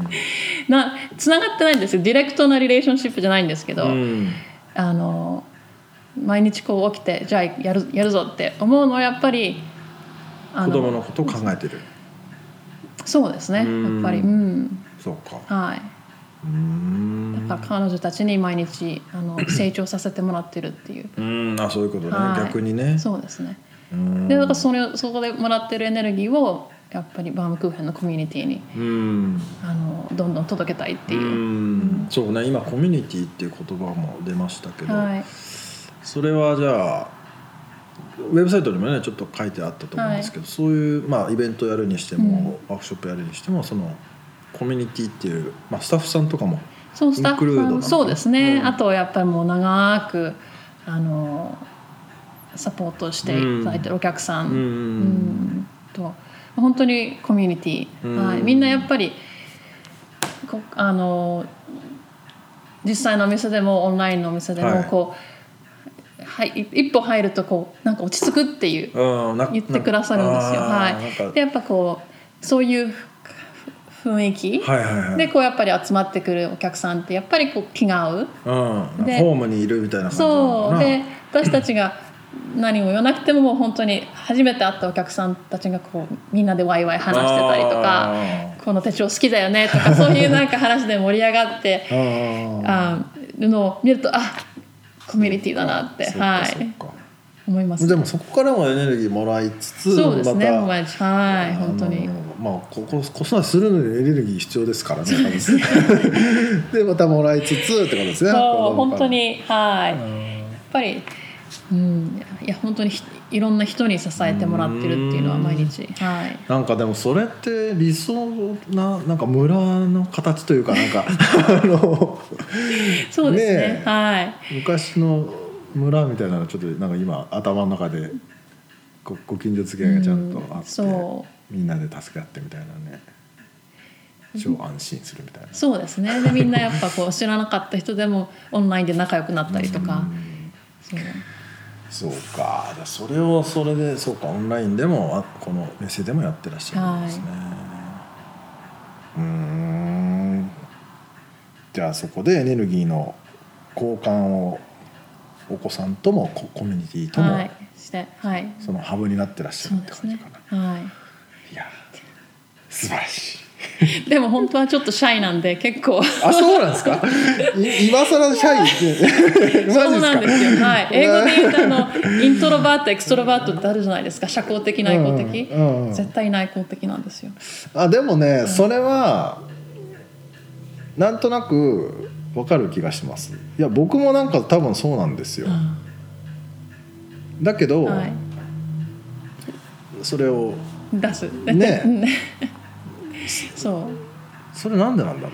Speaker 3: なつながってないんですよディレクトなリレーションシップじゃないんですけど、
Speaker 2: うん
Speaker 3: あの毎日こう起きてじゃあやるやるぞって思うのはやっぱりあ
Speaker 2: 子供のことを考えてる
Speaker 3: そうですねや
Speaker 2: うん
Speaker 3: っぱりうん
Speaker 2: そうか
Speaker 3: はい。
Speaker 2: うーん
Speaker 3: だから彼女たちに毎日あ の成長させてもらってるっていう、
Speaker 2: うーんあそういうことね、
Speaker 3: はい
Speaker 2: 逆にね
Speaker 3: そうですね
Speaker 2: うーん
Speaker 3: でだからそれそこでもらってるエネルギーをやっぱりバームクーヘンのコミュニティに
Speaker 2: うーん
Speaker 3: あのどんどん届けたいって
Speaker 2: うー
Speaker 3: いう、
Speaker 2: んそうね今コミュニティっていう言葉も出ましたけど、
Speaker 3: はい
Speaker 2: それはじゃあウェブサイトにもねちょっと書いてあったと思うんですけど、そういう、まあ、イベントやるにしても、ワークショップやるにしてもそのコミュニティっていう、まあ、スタッフさんとかも
Speaker 3: そうスタッ
Speaker 2: インクルードな
Speaker 3: フ
Speaker 2: の
Speaker 3: さんそうですね、
Speaker 2: うん
Speaker 3: あとやっぱりもう長くあのサポートしていただいてるお客さ、
Speaker 2: うんー
Speaker 3: うんんと本当にコミュニティ、
Speaker 2: うん
Speaker 3: はい、みんなやっぱりこあの実際のお店でもオンラインのお店で
Speaker 2: は
Speaker 3: も
Speaker 2: い
Speaker 3: こう、はい、一歩入るとこうなんか落ち着くっていう
Speaker 2: うんな
Speaker 3: 言ってくださるんですよ。
Speaker 2: なあー
Speaker 3: は
Speaker 2: なん
Speaker 3: い、
Speaker 2: か
Speaker 3: でやっぱこうそういうふ雰囲気、
Speaker 2: はいはいはい
Speaker 3: でこうやっぱり集まってくるお客さんってやっぱりこう気が合う。
Speaker 2: うん、
Speaker 3: で
Speaker 2: ホームにいるみたいな感じなのか
Speaker 3: そう
Speaker 2: な
Speaker 3: で私たちが何も言わなくてももう本当に初めて会ったお客さんたちがこうみんなでワイワイ話してたりと
Speaker 2: あ
Speaker 3: か「この手帳好きだよね」とかそういうなんか話で盛り上 がって
Speaker 2: ーあー
Speaker 3: あるのを見るとあコミュニティだなって、
Speaker 2: そっか
Speaker 3: は
Speaker 2: そっ
Speaker 3: い、
Speaker 2: か
Speaker 3: 思います
Speaker 2: でもそこからもエネルギーもらいつつ
Speaker 3: そうですね、
Speaker 2: ま
Speaker 3: 毎日はい
Speaker 2: た
Speaker 3: 本当
Speaker 2: あ
Speaker 3: に
Speaker 2: のまあここ子育てするのにエネルギー必要ですからね多分でまたもらいつつってことですね
Speaker 3: そう
Speaker 2: 子供
Speaker 3: 本
Speaker 2: から
Speaker 3: 当にはいやっ
Speaker 2: うん
Speaker 3: ぱりうんいや本当にひいろんな人に支えてもらってるっていうのは毎日はい。
Speaker 2: なんかでもそれって理想ななんか村の形というかなんかあの
Speaker 3: そうですね
Speaker 2: ねえ
Speaker 3: はい
Speaker 2: 昔の村みたいなのちょっとなんか今頭の中でごご近所付き合いがちゃんとあって、
Speaker 3: うんそ
Speaker 2: みんなで助け合ってみたいなね超安心するみたいな。
Speaker 3: そうですねでみんなやっぱ こう知らなかった人でもオンラインで仲良くなったりとか
Speaker 2: うんそ
Speaker 3: そう
Speaker 2: うかだそれをそれでそうかオンラインでもあこの店でもやってらっしゃるんですね、うーんじゃあそこでエネルギーの交換をお子さんともココミュニティとも、
Speaker 3: はいしてはい
Speaker 2: そのハブになってらっしゃる
Speaker 3: そ
Speaker 2: っ
Speaker 3: う
Speaker 2: て
Speaker 3: です
Speaker 2: 感じ
Speaker 3: ね
Speaker 2: かな、
Speaker 3: はい
Speaker 2: や素晴らしい
Speaker 3: いでも本当はちょっとシャイなんで結構
Speaker 2: あそうなんですか い今更シャイってマジですか
Speaker 3: そうなんですよはい英語で言うとあのイントロバートエクストロバートってあるじゃないですか社交的内向的
Speaker 2: うんうんうん
Speaker 3: 絶対内向的なんですよ
Speaker 2: あでもねそれはなんとなくわかる気がしますいや僕もなんか多分そうなんですよだけど、
Speaker 3: はい
Speaker 2: それを
Speaker 3: 出す
Speaker 2: ね
Speaker 3: そう
Speaker 2: それなんでなんだ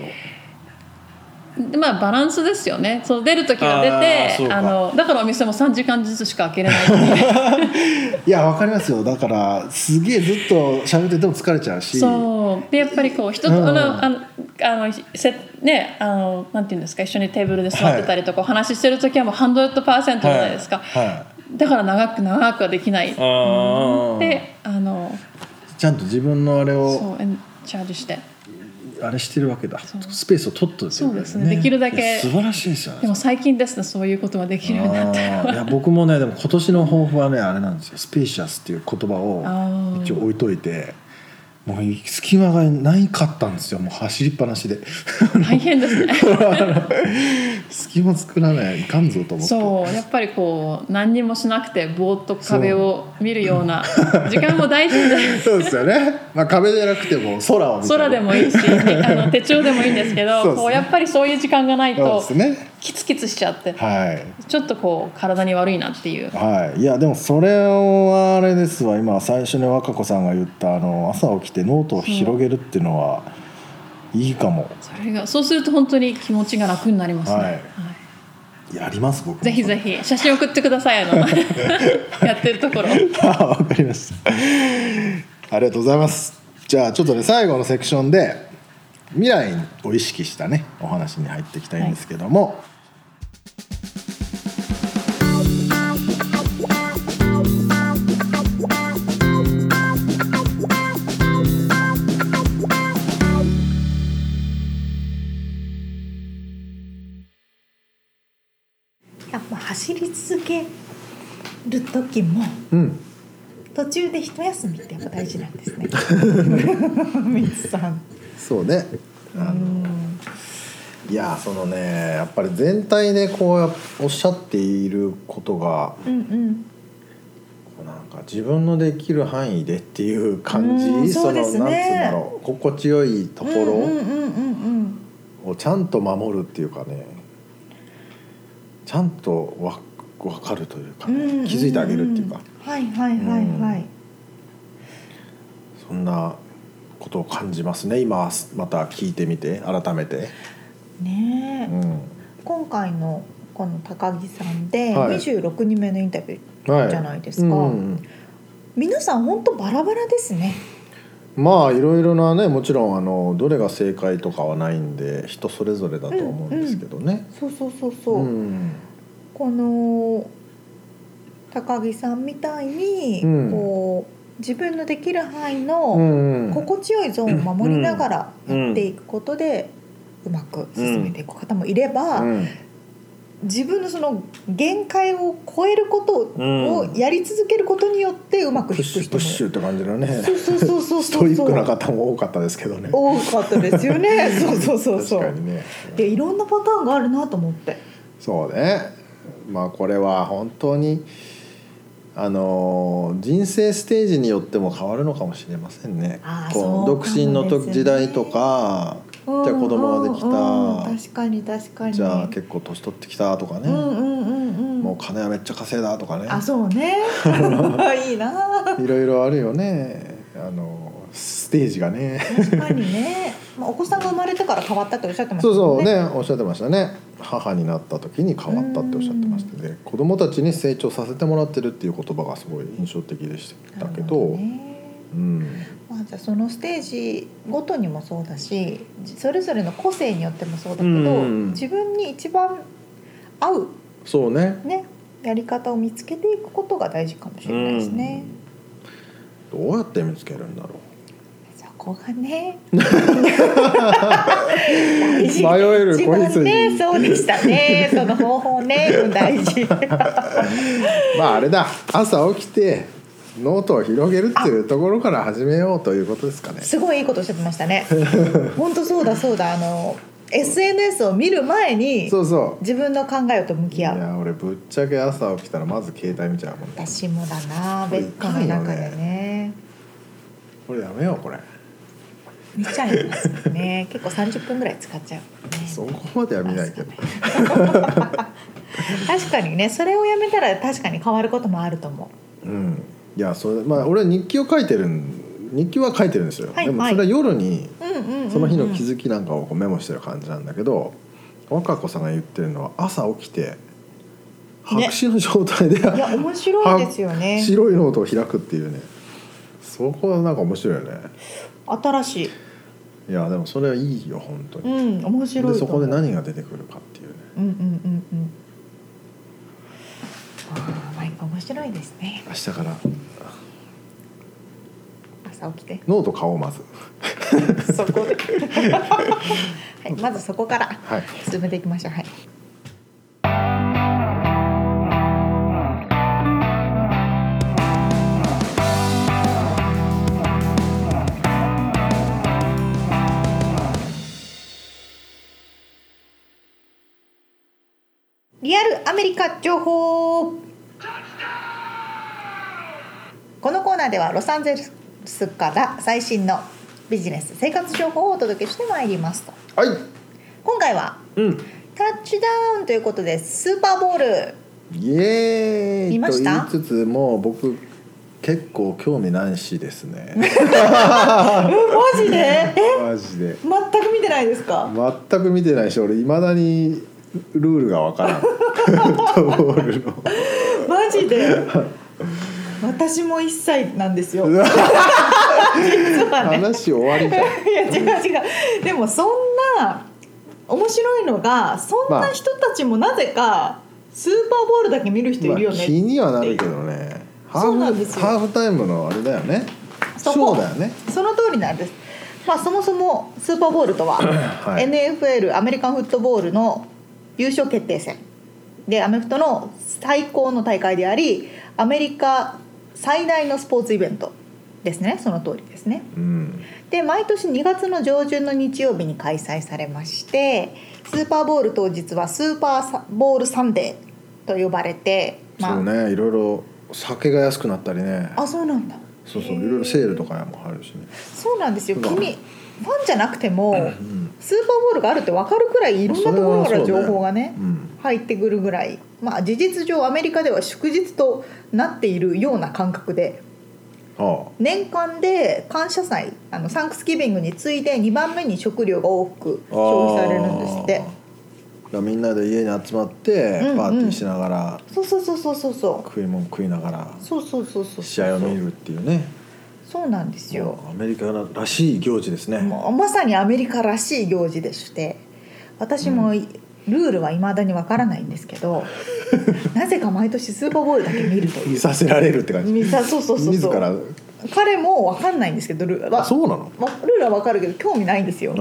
Speaker 2: ろう
Speaker 3: でまあバランスですよねそう出る時は
Speaker 2: あーそ
Speaker 3: 出
Speaker 2: う
Speaker 3: て
Speaker 2: か
Speaker 3: あのだからお店も3時間ずつしか開けれないっていう
Speaker 2: いやわかりますよだからすげえずっと喋ってても疲れちゃうし
Speaker 3: そうでやっぱりこう人
Speaker 2: う
Speaker 3: と、
Speaker 2: ん
Speaker 3: あのあのあのひせねあのなんていうんですか一緒にテーブルで座ってたりとか、お話ししてる時はもうハンドレットパーセントじゃないですか、
Speaker 2: は
Speaker 3: だから長く長くはできない
Speaker 5: あー
Speaker 3: であの
Speaker 2: い、ちゃんと自分のあれを
Speaker 3: そうエンチャージして
Speaker 2: あれしてるわけだ
Speaker 3: そう
Speaker 2: スペースを取っとるといこと
Speaker 3: そうですねできるだけ
Speaker 2: いや素晴らしいですよね
Speaker 3: でも最近ですねそういうことができるようになった
Speaker 2: あーいや僕もねでも今年の抱負はねあれなんですよスペーシャスっていう言葉
Speaker 3: あ
Speaker 2: を
Speaker 3: ー
Speaker 2: 一応置いといてもう隙間がないかったんですよもう走りっぱなしで
Speaker 3: 大変ですね
Speaker 2: 隙間作らないいかんぞと思って
Speaker 3: そうやっぱりこう何にもしなくてぼーっと壁を見るような時間も大事 で
Speaker 2: そうですよね、まあ、壁じゃなくても空を見たり
Speaker 3: 空でもいいしあの手帳でもいいんですけど
Speaker 2: そうですね
Speaker 3: こうやっぱりそういう時間がないと
Speaker 2: そうですね
Speaker 3: キツキツしちゃって
Speaker 2: はい
Speaker 3: ちょっとこう体に悪いなっていう
Speaker 2: はい、いやでもそれをあれですわ今最初に和歌子さんが言ったあの朝起きてノートを広げるっていうのはいいかも、
Speaker 3: それがそうすると本当に気持ちが楽になりますね、
Speaker 2: はい
Speaker 3: はい
Speaker 2: やります僕も
Speaker 3: ぜひぜひ写真送ってください あのやってるところ
Speaker 2: あ わかりましたありがとうございますじゃあちょっとね最後のセクションで未来を意識したねお話に入っていきたいんですけども、
Speaker 1: やっぱ走り続ける時も
Speaker 2: うん
Speaker 1: 途中で一休みってやっぱ大事なんです ね。みつさん。
Speaker 2: そうねあのいやそのねやっぱり全体でこうおっしゃっていることが
Speaker 1: うんうん。
Speaker 2: なんか自分のできる範囲でっていう感じ、
Speaker 1: うんそうですね
Speaker 2: のなんつうんだろう心地よいと
Speaker 1: うんうん
Speaker 2: こ
Speaker 1: うんうん
Speaker 2: ろをちゃんと守るっていうかねちゃんとわ分かるというか
Speaker 1: うん
Speaker 2: ね、
Speaker 1: うんうん。
Speaker 2: 気づいてあげるっていうか、
Speaker 1: はいはいはいはい。
Speaker 2: そんなことを感じますね今また聞いてみて改めて。
Speaker 1: ね
Speaker 2: う
Speaker 1: え。
Speaker 2: ん
Speaker 1: 今回のこの高木さんで
Speaker 2: はい
Speaker 1: 26人目のインタビュー。
Speaker 2: はい、
Speaker 1: じゃないですか
Speaker 2: うん
Speaker 1: 皆さん本当バラバラですね。
Speaker 2: まあいろいろなねもちろんあのどれが正解とかはないんで人それぞれだと思うんですけどね。
Speaker 1: そうそうそうそう。
Speaker 2: うん
Speaker 1: この高木さんみたいに、
Speaker 2: うん
Speaker 1: こう自分のできる範囲
Speaker 2: う
Speaker 1: の
Speaker 2: んうん
Speaker 1: 心地よいゾーンを守りながらやっていくことで、うまく進めていく方もいれば、
Speaker 2: うん
Speaker 1: 自分のその限界を超えることを
Speaker 2: うん
Speaker 1: やり続けることによってうまく引く
Speaker 2: プッシュ
Speaker 1: 人
Speaker 2: プ
Speaker 1: も
Speaker 2: ッシュって感じのね
Speaker 1: そうそうそうそう
Speaker 2: ス
Speaker 1: そ
Speaker 2: トイ
Speaker 1: う
Speaker 2: ッ
Speaker 1: そ
Speaker 2: クな
Speaker 1: う
Speaker 2: 方も多かったですけどね
Speaker 1: 多かったですよ ねそうそうそうそ
Speaker 2: 確か
Speaker 1: う
Speaker 2: にね
Speaker 1: でいろんなパターンがあるなと思って
Speaker 2: そうねまあこれは本当にあのー人生ステージによっても変わるのかもしれませんね
Speaker 1: あー
Speaker 2: こう
Speaker 1: そうかも
Speaker 2: 独身の時、
Speaker 1: ですね
Speaker 2: 時代とか
Speaker 1: じゃ
Speaker 2: じゃあ子供ができた
Speaker 1: 確かに確かに
Speaker 2: じゃあ結構年取ってきたとかね、
Speaker 1: うんうんうんうん。
Speaker 2: もう金はめっちゃ稼いだとかね
Speaker 1: あそうね。 いいな。
Speaker 2: いろいろあるよねあのーステージがね
Speaker 1: 確かにね。まあお子さんが生まれてから変わったっておっしゃってました
Speaker 2: そうそう
Speaker 1: ね。
Speaker 2: ねおっしゃってましたね母になった時に変わったっておっしゃってましたね子供たちに成長させてもらってるっていう言葉がすごい印象的でしたけ
Speaker 1: なる
Speaker 2: ど
Speaker 1: ほね
Speaker 2: うん、
Speaker 1: まあじゃあそのステージごとにもそうだし、それぞれの個性によってもそうだけど、
Speaker 2: うん
Speaker 1: 自分に一番合う
Speaker 2: そうね
Speaker 1: ねやり方を見つけていくことが大事かもしれないですね。
Speaker 2: どうやって見つけるんだろ
Speaker 1: そこが ね。
Speaker 2: う
Speaker 1: 大事
Speaker 2: 迷える
Speaker 1: 一
Speaker 2: 子
Speaker 1: 番ね、
Speaker 2: 羊
Speaker 1: そうでしたね。その方法ね、うん大 事。
Speaker 2: まああれだ朝起きてノートを広げるっていうところから始めようということですかね
Speaker 1: すごいいいことおっしゃってましたね。本当そうだそうだあの SNS を見る前に
Speaker 2: そうそう
Speaker 1: 自分の考えと向
Speaker 2: い
Speaker 1: き合う。
Speaker 2: や俺ぶっちゃけ朝起きたらまず携帯見ちゃうもんね
Speaker 1: 私もだな
Speaker 2: こ
Speaker 1: ベ
Speaker 2: れ
Speaker 1: ッドの中でね
Speaker 2: これやめようこれ
Speaker 1: 見ちゃいますよね。結構30分ぐらい使っちゃう、ね。
Speaker 2: そこまでは見ないけど
Speaker 1: 確かにねそれをやめたら確かに変わることもあると思
Speaker 2: うん、いやそれまあ俺は日記を書いてるん日記は書いてるんですよ、
Speaker 1: はい
Speaker 2: でもそれは夜に
Speaker 1: う。うんうんうん、うん。
Speaker 2: その日の気づきなんかをこうメモしてる感じなんだけど、和歌子さんが言ってるのは朝起きて白紙の状態で、
Speaker 1: いや面白いですよね。
Speaker 2: 白いノートを開くっていうねそこはなんか面白いよね
Speaker 1: 新しい。
Speaker 2: いいやでもそれはいいよ本当に、
Speaker 1: うん面白いと
Speaker 2: でそ
Speaker 1: 思
Speaker 2: こ
Speaker 1: う
Speaker 2: で何が出てくるかっていうね
Speaker 1: うんうんうんうんはい面白いですね
Speaker 2: 明日から
Speaker 1: 朝起きて
Speaker 2: ノート買おうまず
Speaker 1: そこ ではいまずそこから
Speaker 2: はい
Speaker 1: 進めていきましょうはいリアルアメリカ情報このコーナーではロサンゼルスから最新のビジネス生活情報をお届けしてまいりますと
Speaker 2: はい
Speaker 1: 今回は
Speaker 2: うん
Speaker 1: タッチダウンということでスーパーボール
Speaker 2: イエー
Speaker 1: 見
Speaker 2: イ
Speaker 1: ま
Speaker 2: と
Speaker 1: した
Speaker 2: 言いつつもう僕結構興味ないしですね
Speaker 1: マジでえ
Speaker 2: マジで
Speaker 1: 全く見てないですか
Speaker 2: 全く見てないし俺いまだにルールがわからんフットボールの
Speaker 1: マジで私も一切なんですよ
Speaker 2: うわ
Speaker 1: 実はね
Speaker 2: 話終わりじゃん
Speaker 1: いや違う違うでもそんな面白いのがそんな人たちもなぜかスーパーボールだけ見る人いるよ
Speaker 2: まあ
Speaker 1: ね、
Speaker 2: 気にはなるけどねハ
Speaker 1: そうなん
Speaker 2: ー
Speaker 1: で
Speaker 2: フ
Speaker 1: すよ
Speaker 2: ハーフタイムのあれだよねシ
Speaker 1: そ
Speaker 2: ョ
Speaker 1: こ
Speaker 2: ーだよね
Speaker 1: その通りなんです、まあ、そもそもスーパーボールとは、
Speaker 2: い
Speaker 1: NFL アメリカンフットボールの優勝決定戦でアメフトの最高の大会でありアメリカ最大のスポーツイベントですねその通りですね
Speaker 2: うん
Speaker 1: で毎年2月の上旬の日曜日に開催されましてスーパーボール当日はスーパーサボールサンデーと呼ばれて、まあ、
Speaker 2: そうねいろいろ酒が安くなったりね
Speaker 1: あそうなんだ
Speaker 2: そうそ
Speaker 1: へ
Speaker 2: う
Speaker 1: ー
Speaker 2: いろいろセールとかもあるしね
Speaker 1: そうなんですよ
Speaker 2: そう
Speaker 1: 君
Speaker 2: だ
Speaker 1: ファンじゃなくても、
Speaker 2: うん
Speaker 1: スーパーボールがあるって分かるくらいいろんなところから
Speaker 2: それ
Speaker 1: 情
Speaker 2: はそうね
Speaker 1: 報がね
Speaker 2: うん
Speaker 1: 入ってくるぐらい、まあ、事実上アメリカでは祝日となっているような感覚で
Speaker 2: ああ
Speaker 1: 年間で感謝祭あのサンクスギビングに次いで2番目に食料が多く消費されるんですって
Speaker 2: あーだからみんなで家に集まって
Speaker 1: うんうん
Speaker 2: パーティーしながら、
Speaker 1: そうそうそうそうそうそう
Speaker 2: 食い物食いながら
Speaker 1: そうそうそうそう
Speaker 2: 試合を見るっていうね
Speaker 1: そうなんですよ
Speaker 2: もうアメリカらしい行事ですね
Speaker 1: もうまさにアメリカらしい行事でして私もいルールは未だにわからないんですけ ど、なぜか毎年スーパーボールだけ見るという
Speaker 2: 見させられるって感じ
Speaker 1: 見たそうそうそうそう
Speaker 2: 自ら
Speaker 1: 彼もわかんないんですけどルールは
Speaker 2: あそうなの
Speaker 1: まルールはわかるけど興味ないんですよ
Speaker 2: あ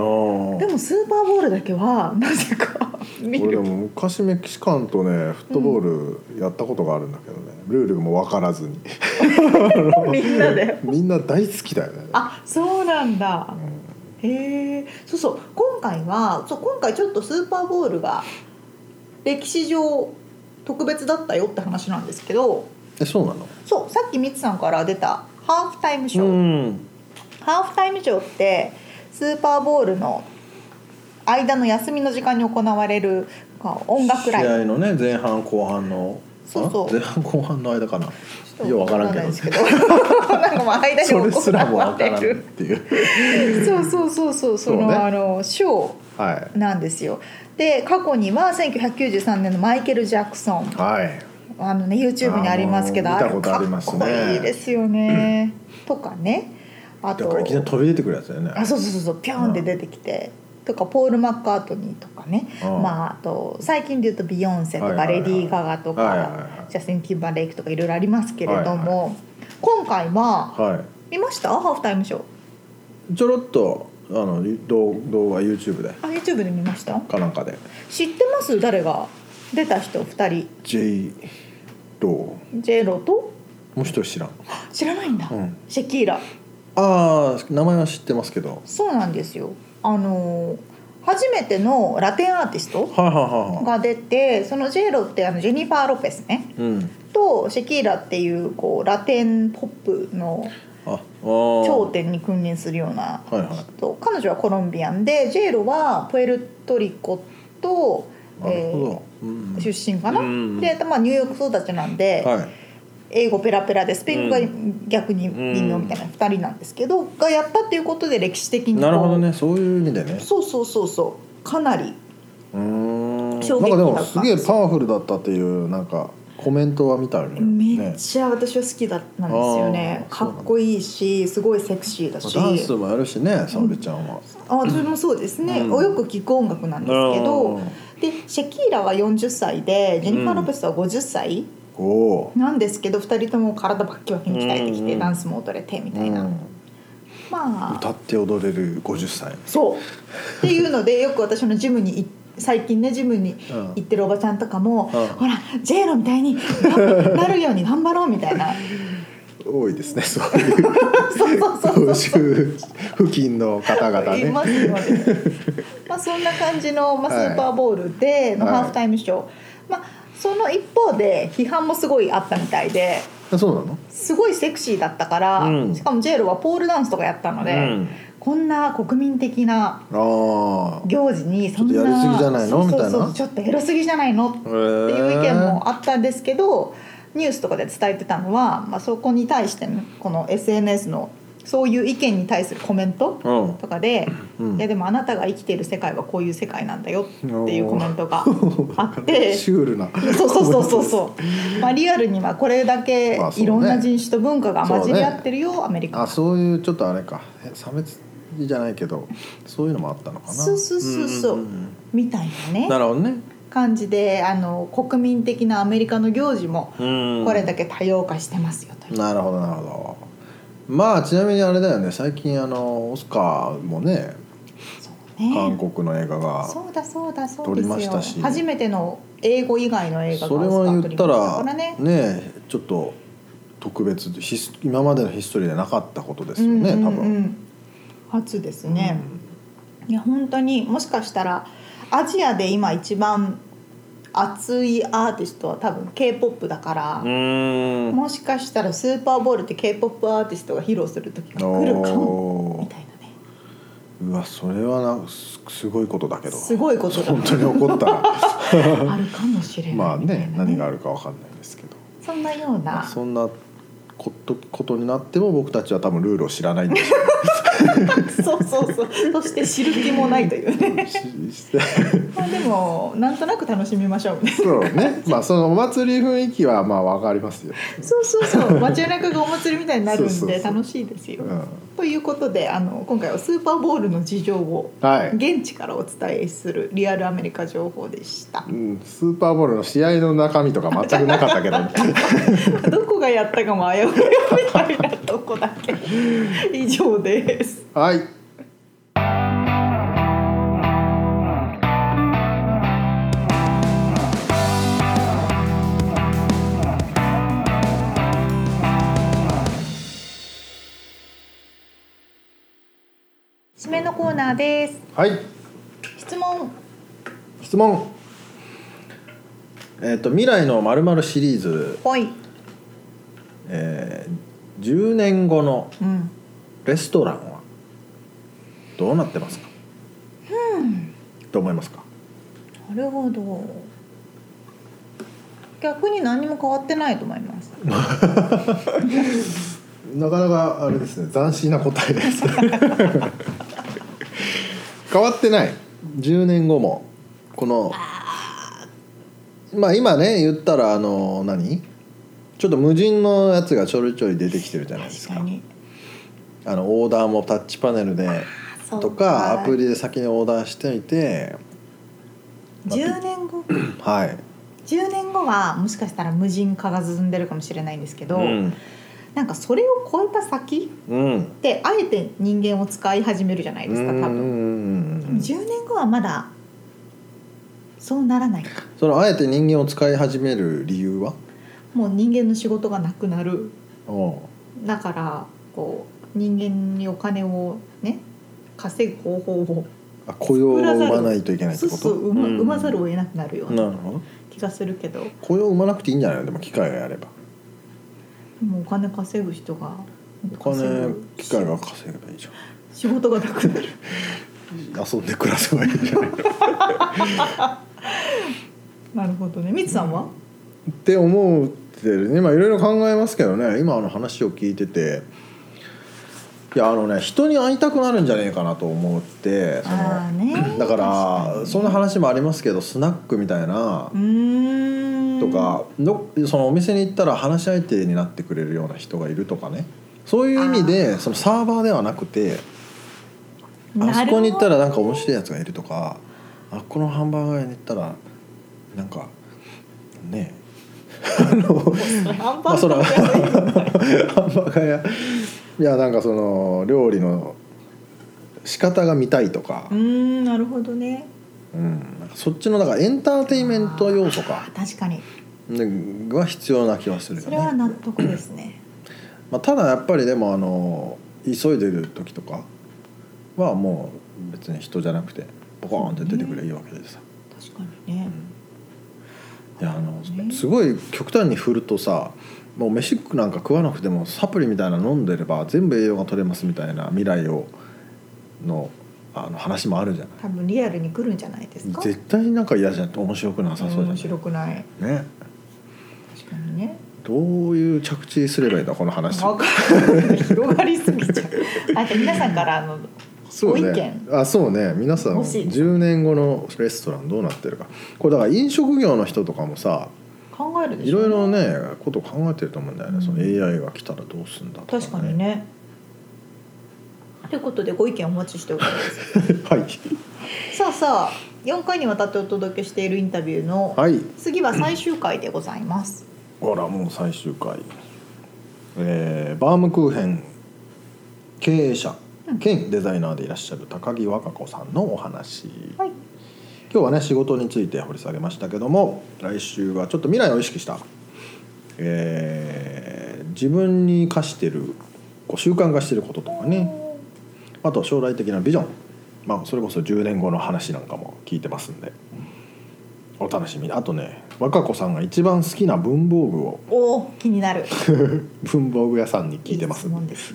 Speaker 2: あ
Speaker 1: でもスーパーボールだけはなぜか見
Speaker 2: 俺で
Speaker 1: る
Speaker 2: も昔メキシカンとねフットボールやったことがあるんだけどね、ルールも分からず に
Speaker 1: みんなで
Speaker 2: みんな大好きだよね
Speaker 1: あそうなんだ
Speaker 2: うん
Speaker 1: へえそうそう今回はそう今回ちょっとスーパーボールが歴史上特別だったよって話なんですけど
Speaker 2: えそうなの
Speaker 1: そうさっきミツさんから出たハーフタイムショー、
Speaker 2: ん
Speaker 1: ハーフタイムショーってスーパーボールの間の休みの時間に行われるまあ音楽
Speaker 2: 試
Speaker 1: ライブ
Speaker 2: 合のね前半後半の
Speaker 1: そうそう
Speaker 2: あ前半後半の間かな
Speaker 1: ちょっと
Speaker 2: よう分からんけ
Speaker 1: わない
Speaker 2: ど
Speaker 1: ですけどこんなのも間に
Speaker 2: それすらも
Speaker 1: 行わ
Speaker 2: 分から
Speaker 1: れ
Speaker 2: んって
Speaker 1: る
Speaker 2: いう
Speaker 1: そうそうそうそうその
Speaker 2: そうね
Speaker 1: あのショ
Speaker 2: はい
Speaker 1: ーなんですよで過去には1993年のマイケル・ジャクソン
Speaker 2: はい
Speaker 1: あのね YouTube にありますけど
Speaker 2: あーもう
Speaker 1: れ
Speaker 2: 見たことありますね
Speaker 1: かっこいいですよねとかねあ
Speaker 2: だ
Speaker 1: と
Speaker 2: からいきなり飛び出てくるやつだよね
Speaker 1: あそうそうそうそうピョーンって出てきて、とかポール・マッカートニーとかね、
Speaker 2: うん
Speaker 1: まああと最近で言うとビヨンセと
Speaker 2: は
Speaker 1: か
Speaker 2: いは
Speaker 1: レ
Speaker 2: いはい
Speaker 1: ディー・ガガと
Speaker 2: はいはい
Speaker 1: か
Speaker 2: は
Speaker 1: ジャスティン・ティンバーレイクとかいろいろありますけれども、
Speaker 2: はいは
Speaker 1: 今回は
Speaker 2: は
Speaker 1: 見ましたハーフタイムショー
Speaker 2: いちょろっとあの動動画 YouTube で
Speaker 1: あ YouTube で見ました
Speaker 2: かなんかで
Speaker 1: 知ってます誰が出た人2人
Speaker 2: J ローも
Speaker 1: ジェロと
Speaker 2: う一人知らん
Speaker 1: 知らないんだ、
Speaker 2: うん
Speaker 1: シェキーラ
Speaker 2: ああ名前は知ってますけど
Speaker 1: そうなんですよあのー初めてのラテンアーティスト
Speaker 2: はいはいはいはい
Speaker 1: が出てそのジェロってあのジェニファー・ロペスね
Speaker 2: うん
Speaker 1: とシェキーラっていうこうラテンポップの
Speaker 2: ああ
Speaker 1: 頂
Speaker 2: 頂
Speaker 1: 点に君臨するような
Speaker 2: はいはい
Speaker 1: 人彼女はコロンビアンでジェイロはプエルトリコと、
Speaker 2: なる
Speaker 1: え
Speaker 2: ほ
Speaker 1: ー
Speaker 2: ど、うんうん、
Speaker 1: 出身かな、
Speaker 2: うんうん
Speaker 1: で、まあ、ニューヨーク育ちなんで、
Speaker 2: はい
Speaker 1: 英語ペラペラでスペイン語が
Speaker 2: う
Speaker 1: 逆に微妙みたいな2人なんですけど、がやったっていうことで歴史的にこう
Speaker 2: なるほどねそういう意味でね
Speaker 1: そうそうそうそうかなり
Speaker 2: うーんなん
Speaker 1: 衝撃
Speaker 2: かで
Speaker 1: だった
Speaker 2: もすげえパワフルだったっていうなんかコメントは見たよね
Speaker 1: めっ
Speaker 2: ね
Speaker 1: ちゃ私は好きだったんですよね
Speaker 2: あー
Speaker 1: か
Speaker 2: そうなんだ
Speaker 1: っこいいしすごいセクシーだし
Speaker 2: ダンスもやるしね澤部ちゃんは。
Speaker 1: あ私もそうですね、
Speaker 2: うん
Speaker 1: およく聞く音楽なんですけどでシェキーラは40歳でジェニファー・ロペスは50歳
Speaker 2: おお
Speaker 1: なんですけど2人とも体バッキバキに鍛えてき
Speaker 2: うんう
Speaker 1: て
Speaker 2: ん
Speaker 1: ダンスも踊れてみ
Speaker 2: ー、
Speaker 1: たいな、
Speaker 2: うん
Speaker 1: まあ
Speaker 2: 歌って踊れる50歳
Speaker 1: そうっていうのでよく私のジムにい最近ねジムに
Speaker 2: うん
Speaker 1: 行ってるおばちゃんとかも、
Speaker 2: うん
Speaker 1: ほらジェイロみたいに ななるように頑張ろうみたいな
Speaker 2: 多いですね そういう
Speaker 1: そうそうそう
Speaker 2: 風習付近の方々
Speaker 1: い
Speaker 2: ね。
Speaker 1: ますいますまあそんな感じの、まあ、
Speaker 2: はい
Speaker 1: スーパーボールでの
Speaker 2: はい
Speaker 1: ハーフタイムショー、まあその一方で批判もすごいあったみたいで
Speaker 2: あそうなの？
Speaker 1: すごいセクシーだったから、
Speaker 2: うん
Speaker 1: しかもジェイロはポールダンスとかやったので、
Speaker 2: うん
Speaker 1: こんな国民的な
Speaker 2: ああ。
Speaker 1: 行事にそんな
Speaker 2: ちょっとやりすぎじゃないの
Speaker 1: そうそうそう
Speaker 2: みたいな
Speaker 1: ちょっとエロすぎじゃないのって
Speaker 2: え
Speaker 1: いう意見もあったんですけど、ニュースとかで伝えてたのは、まあ、そこに対してのこの SNS のそういう意見に対するコメント
Speaker 2: うん
Speaker 1: とかで、
Speaker 2: うん
Speaker 1: いやでもあなたが生きている世界はこういう世界なんだよっていうコメントがあって。
Speaker 2: シュールな。
Speaker 1: そうそうそうそうそう、まあ、リアルにはこれだけ
Speaker 2: まあそうね
Speaker 1: いろんな人種と文化が混じり合ってるよ、アメリカ
Speaker 2: あ
Speaker 1: は
Speaker 2: そういうちょっとあれかえ差別じゃないけどそういうのもあったのかな。
Speaker 1: そうそうそうそうん
Speaker 2: ん
Speaker 1: みたいなね
Speaker 2: うんなるほどね。
Speaker 1: 感じであの国民的なアメリカの行事も
Speaker 2: うん
Speaker 1: これだけ多様化してますよという、
Speaker 2: なるほどなるほど。まあちなみにあれだよね最近あのオスカーもね
Speaker 1: ね
Speaker 2: 韓国の映画が
Speaker 1: そうだそうだそうで
Speaker 2: 撮りました
Speaker 1: す
Speaker 2: し
Speaker 1: よ初めての英語以外の映画が
Speaker 2: それは言った
Speaker 1: オスカー
Speaker 2: ら
Speaker 1: 取りましからね
Speaker 2: ねちょっと特別ヒス今までのヒストリーでなかったことですよね
Speaker 1: うんうん
Speaker 2: 多
Speaker 1: うん
Speaker 2: 分。
Speaker 1: 初ですね、いや本当にもしかしたらアジアで今一番熱いアーティストは多分 k p o p だから、
Speaker 2: うん
Speaker 1: もしかしたらスーパーボールって k p o p アーティストが披露する時が来るかもみ
Speaker 2: おー
Speaker 1: たいなね
Speaker 2: うわそれはなすすごいことだけど
Speaker 1: すごいことだ
Speaker 2: 本当に怒っ たら
Speaker 1: あるかもしれない
Speaker 2: まあね何があるかわかんないですけど、
Speaker 1: そんなよう
Speaker 2: まあ
Speaker 1: な
Speaker 2: そんなことことになっても僕たちは多分ルールを知らないんでしょ
Speaker 1: そうそうそうそして知る気もないというね
Speaker 2: うしし
Speaker 1: まあでもなんとなく楽しみましょうみたい
Speaker 2: そうね まあそのお祭り雰囲気はまあわかりますよ、
Speaker 1: なそうそうそう街中がお祭りみたいになる
Speaker 2: そ
Speaker 1: ん
Speaker 2: うそう
Speaker 1: で
Speaker 2: そう
Speaker 1: 楽しいですよ
Speaker 2: うん、
Speaker 1: ということであの今回はスーパーボールの事情を
Speaker 2: はい
Speaker 1: 現地からお伝えするリアルアメリカ情報でした
Speaker 2: うん、スーパーボールの試合の中身とか全くなかったけど、
Speaker 1: どこがやったかも危ういみたいなとこだ け以上です
Speaker 2: はい
Speaker 1: 締めのコーナーです
Speaker 2: はい
Speaker 1: 質問
Speaker 2: 質問えっ、と未来のまるまるシリーズ、
Speaker 1: ほい
Speaker 2: えー、10年後の
Speaker 1: うん
Speaker 2: レストランはどうなってますか、うん、と思いますか
Speaker 1: なるほど逆に何も変わってないと思います
Speaker 2: なかなかあれですね斬新な答えです 変わってない10年後もこのまあ今ね言ったらあの何ちょっと無人のやつがちょいちょい出てきてるじゃないです
Speaker 1: 確
Speaker 2: か
Speaker 1: かに
Speaker 2: あのオーダーもタッチパネルでとかアプリで先にオーダーしておいて
Speaker 1: 10年後
Speaker 2: はい、
Speaker 1: 10年後はもしかしたら無人化が進んでるかもしれないんですけど、
Speaker 2: うん
Speaker 1: なんかそれを超えた先
Speaker 2: うん
Speaker 1: ってあえて人間を使い始めるじゃないですか多
Speaker 2: うんうん
Speaker 1: 分
Speaker 2: うんうん
Speaker 1: 10年後はまだそうならないか
Speaker 2: そのあえて人間を使い始める理由は
Speaker 1: もう人間の仕事がなくなる
Speaker 2: おう
Speaker 1: だからこう人間にお金をね稼ぐ方法を
Speaker 2: あ雇用を生まないといけないっ
Speaker 1: そ
Speaker 2: て
Speaker 1: う
Speaker 2: こと
Speaker 1: そう生ま,、
Speaker 2: ん
Speaker 1: 生まざるを得なくなるよう
Speaker 2: なる
Speaker 1: な
Speaker 2: ほど
Speaker 1: 気がするけど
Speaker 2: 雇用を生まなくていいんじゃないのでも機械がやれば
Speaker 1: もうお金稼ぐ人が
Speaker 2: お金機
Speaker 1: 稼
Speaker 2: 械
Speaker 1: ぐ
Speaker 2: が稼げばいいじゃ
Speaker 1: 仕事がなくなる
Speaker 2: ん遊んで暮らせばいいじゃん っ
Speaker 1: なるほどねみつさんは、
Speaker 2: て思ってるねまあいろいろ考えますけどね今あの話を聞いてていやあのね人に会いたくなるんじゃねえかなと思ってそ
Speaker 1: ああ
Speaker 2: の
Speaker 1: ね
Speaker 2: だか
Speaker 1: 確
Speaker 2: ら
Speaker 1: に
Speaker 2: そんな話もありますけどスナックみたいな
Speaker 1: うーん
Speaker 2: とかどそのお店に行ったら話し相手になってくれるような人がいるとかねそういう意味でそのサーバーではなくてあそこに行ったらなんか面白いやつがいるとかあこのハンバーガー屋に行ったらなんかねえあの
Speaker 1: ハン
Speaker 2: ま
Speaker 1: バ
Speaker 2: あ
Speaker 1: ー
Speaker 2: そら
Speaker 1: ガ
Speaker 2: ハ
Speaker 1: ー
Speaker 2: ンバーガー屋いやなんかその料理の仕方が見たいとか
Speaker 1: うー、んなるほどね
Speaker 2: うん、なんかそっちのだからエンターテインメント要素か
Speaker 1: あ確かに
Speaker 2: ねが必要な気はするよ
Speaker 1: そ
Speaker 2: ね
Speaker 1: れ。は納得ですね
Speaker 2: まあ、ただやっぱりでもあの急いでる時とかはもう別に人じゃなくてボコーンって出てくればいいわけでさ。
Speaker 1: 確かにね
Speaker 2: いやあの
Speaker 1: ね
Speaker 2: すごい極端に振るとさもう飯なんか食わなくてもサプリみたいなの飲んでれば全部栄養が取れますみたいな未来をのあの話もあるじゃな
Speaker 1: 多分リアルに来るんじゃないですか
Speaker 2: い絶対になんか嫌じゃん面白くなさそう
Speaker 1: 面
Speaker 2: じゃ
Speaker 1: 白くない
Speaker 2: ないね
Speaker 1: 確かにね
Speaker 2: どういう着地すればいいんだこの話
Speaker 1: わかんない 広がりすぎちゃうあと皆さんからあの
Speaker 2: そう
Speaker 1: ご意
Speaker 2: ね
Speaker 1: 見
Speaker 2: あそうね皆さん
Speaker 1: 欲しい
Speaker 2: 10年後のレストランどうなってるかこれだから飲食業の人とかもさ
Speaker 1: 考えるで
Speaker 2: い
Speaker 1: しょ
Speaker 2: ろいろねことを考えてると思うんだよね、
Speaker 1: うん
Speaker 2: その AI が来たらどうすんだとか、ね、
Speaker 1: 確かにねということでご意見お待ちしております
Speaker 2: はい
Speaker 1: さあさあ4回にわたってお届けしているインタビューの
Speaker 2: はい
Speaker 1: 次は最終回でございます
Speaker 2: ほらもう最終回、えーバームクーヘン経営者兼デザイナーでいらっしゃる高木和歌子さんのお話、
Speaker 1: はい
Speaker 2: 今日はね仕事について掘り下げましたけども来週はちょっと未来を意識した、えー自分に課してるこう習慣化してることとかねあと将来的なビジョン、まあ、それこそ10年後の話なんかも聞いてますんでお楽しみにあとね和歌子さんが一番好きな文房具を
Speaker 1: おお気にな る
Speaker 2: 文房具屋さんに聞いてます
Speaker 1: いい質問
Speaker 2: んで
Speaker 1: です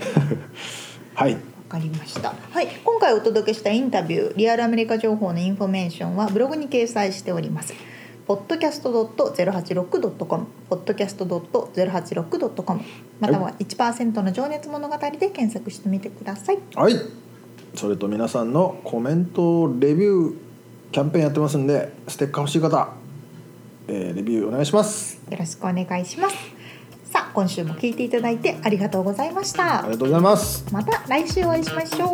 Speaker 2: はい
Speaker 1: わかりました。はい、今回お届けしたインタビュー、リアルアメリカ情報のインフォメーションはブログに掲載しております。podcast.086.com、podcast.086.com、または1%の情熱物語で検索してみてください。
Speaker 2: はいそれと皆さんのコメントレビューキャンペーンやってますんでステッカー欲しい方、えーレビューお願いします
Speaker 1: よろしくお願いします。さあ、今週も聞いていただいてありがとうございまし
Speaker 2: あ
Speaker 1: た
Speaker 2: り。がとうございます
Speaker 1: また来週お会いしましょう。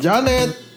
Speaker 2: じゃあね